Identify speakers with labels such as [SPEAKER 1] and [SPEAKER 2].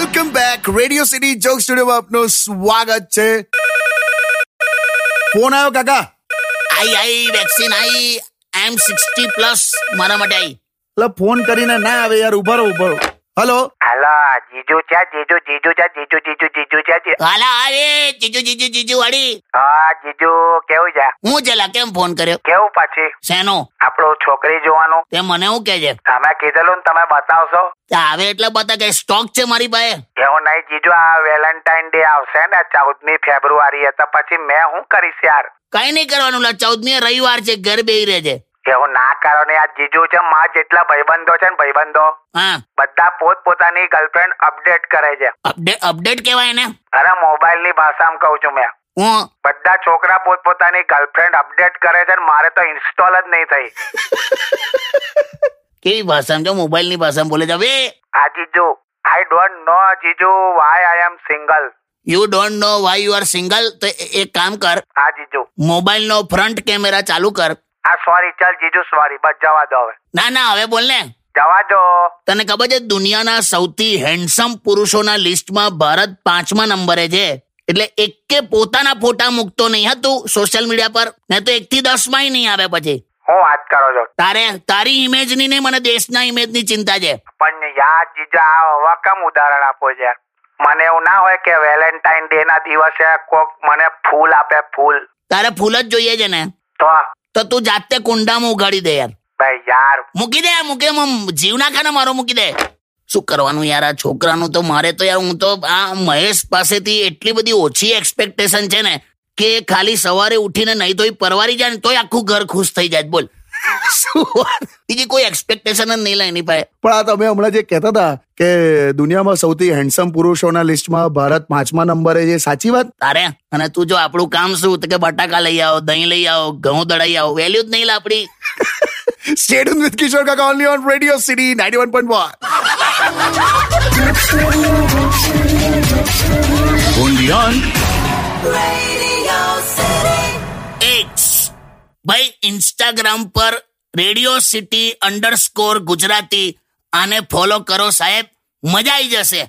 [SPEAKER 1] એક radio city joke સ્ટુડિયોમાં આપનું સ્વાગત છે ફોન આવ્યો કાકા
[SPEAKER 2] I I vaccine I I am sixty plus મારા માટે આઈ
[SPEAKER 1] એટલે ફોન કરીને ના આવે યાર ઉભા રહો ઉભા રહો હલો
[SPEAKER 3] હાલા જીજુ છે જીજુ જીજુ છે જીજુ જીજુ જીજુ છે જી-
[SPEAKER 2] હાલા અરે જીજુ જીજુ જીજુ વાળી
[SPEAKER 3] હા જીજુ કેવું છે
[SPEAKER 2] હું જલા કેમ ફોન કર્યો
[SPEAKER 3] કેવું પછી
[SPEAKER 2] શેનો
[SPEAKER 3] આપણો છોકરી જોવાનું
[SPEAKER 2] તે મને હું કે છે
[SPEAKER 3] તમે કીધેલું ને તમે બતાવશો
[SPEAKER 2] તે આવે એટલે બતા કે સ્ટોક છે મારી પાસે
[SPEAKER 3] એવું નહીં જીજુ આ વેલેન્ટાઇન ડે આવશે ને ચૌદમી ફેબ્રુઆરીએ તો પછી મેં શું કરીશ યાર
[SPEAKER 2] કઈ નહીં કરવાનું લા ચૌદમી રવિવાર છે ઘર બેહી રહે છે
[SPEAKER 3] એવું ના કરો ને આ જીજુ છે માં જેટલા ભાઈબંધો છે ને ભાઈબંધો
[SPEAKER 2] હા
[SPEAKER 3] બધા પોત પોતાની ગર્લફ્રેન્ડ અપડેટ કરે છે
[SPEAKER 2] અપડેટ અપડેટ કહેવાય ને
[SPEAKER 3] અને મોબાઈલની ભાષામાં કહું છું મેં
[SPEAKER 2] હું
[SPEAKER 3] બધા છોકરા પોત પોતાની ગર્લફ્રેન્ડ અપડેટ કરે છે ને મારે તો ઇન્સ્ટોલ જ નહીં થઈ
[SPEAKER 2] કેવી ભાષામાં જો મોબાઈલની ભાષામાં બોલે છે હવે
[SPEAKER 3] આ જીજુ આઈ ડોન્ટ નો જીજુ why I am single
[SPEAKER 2] you don't know why you are single તો એ- એક કામ કર
[SPEAKER 3] આ જીજુ
[SPEAKER 2] મોબાઈલનો ફ્રન્ટ કેમેરા ચાલુ કર
[SPEAKER 3] આ સોરી ચાલ જીજુ સોરી બસ જવા દો હવે
[SPEAKER 2] ના ના હવે બોલ ને
[SPEAKER 3] જવા દો
[SPEAKER 2] તને ખબર છે દુનિયાના સૌથી હેન્ડસમ પુરુષોના લિસ્ટમાં ભારત પાંચમા નંબરે છે એટલે એકે પોતાના ફોટા મૂકતો નહીં હા તું સોશિયલ મીડિયા પર ને તો એક થી દસ માં નહીં આવે પછી
[SPEAKER 3] હું વાત કરો છો
[SPEAKER 2] તારે તારી ઇમેજની ને મને દેશના ઇમેજની ચિંતા છે
[SPEAKER 3] પણ યાર જીજુ આ હવા કેમ ઉદાહરણ આપો છે યાર? મને એવું ના હોય કે વેલેન્ટાઇન ડે ના દિવસે કોક મને ફૂલ આપે ફૂલ
[SPEAKER 2] તારે ફૂલ જ જોઈએ છે ને
[SPEAKER 3] તો
[SPEAKER 2] તો તું જાતે કુંડામાં ઉગાડી દે યાર
[SPEAKER 3] ભાઈ યાર
[SPEAKER 2] મૂકી દે મૂકે મ- જીવ નાખે ને મારો મૂકી દે શું કરવાનું યાર આ છોકરાનું તો મારે તો યાર હું તો આ મહેશ પાસેથી એટલી બધી ઓછી એક્સપેક્ટેશન છે ને કે ખાલી સવારે ઉઠીને નહીં તોય પરવારી જાય ને તોય આખું ઘર ખુશ થઈ જાય બોલ શું વાત? બીજી કોઈ એક્સપેક્ટેશન જ નહીં લાઈની પાસે
[SPEAKER 1] પણ આ તમે હમણાં જે કહેતા હતા કે દુનિયામાં સૌથી હેન્ડસમ પુરુષોના લિસ્ટમાં ભારત પાંચમા નંબરે છે સાચી વાત
[SPEAKER 2] તારે અને તું જો આપણું કામ શું તો કે બટાકા લઈ આવો દહીં લઈ આવો ઘઉં દળાઈ આવો વેલ્યુ જ નહીં લા આપણી
[SPEAKER 1] સ્ટેડિયમ વિથ કિશોર કાકા only on radio city ninety one point one
[SPEAKER 4] Radio City.
[SPEAKER 2] એક્સ ભાઈ ઇન્સ્ટાગ્રામ પર રેડિયો સિટી અંડરસ્કોર ગુજરાતી આને ફોલો કરો સાહેબ મજા આવી જશે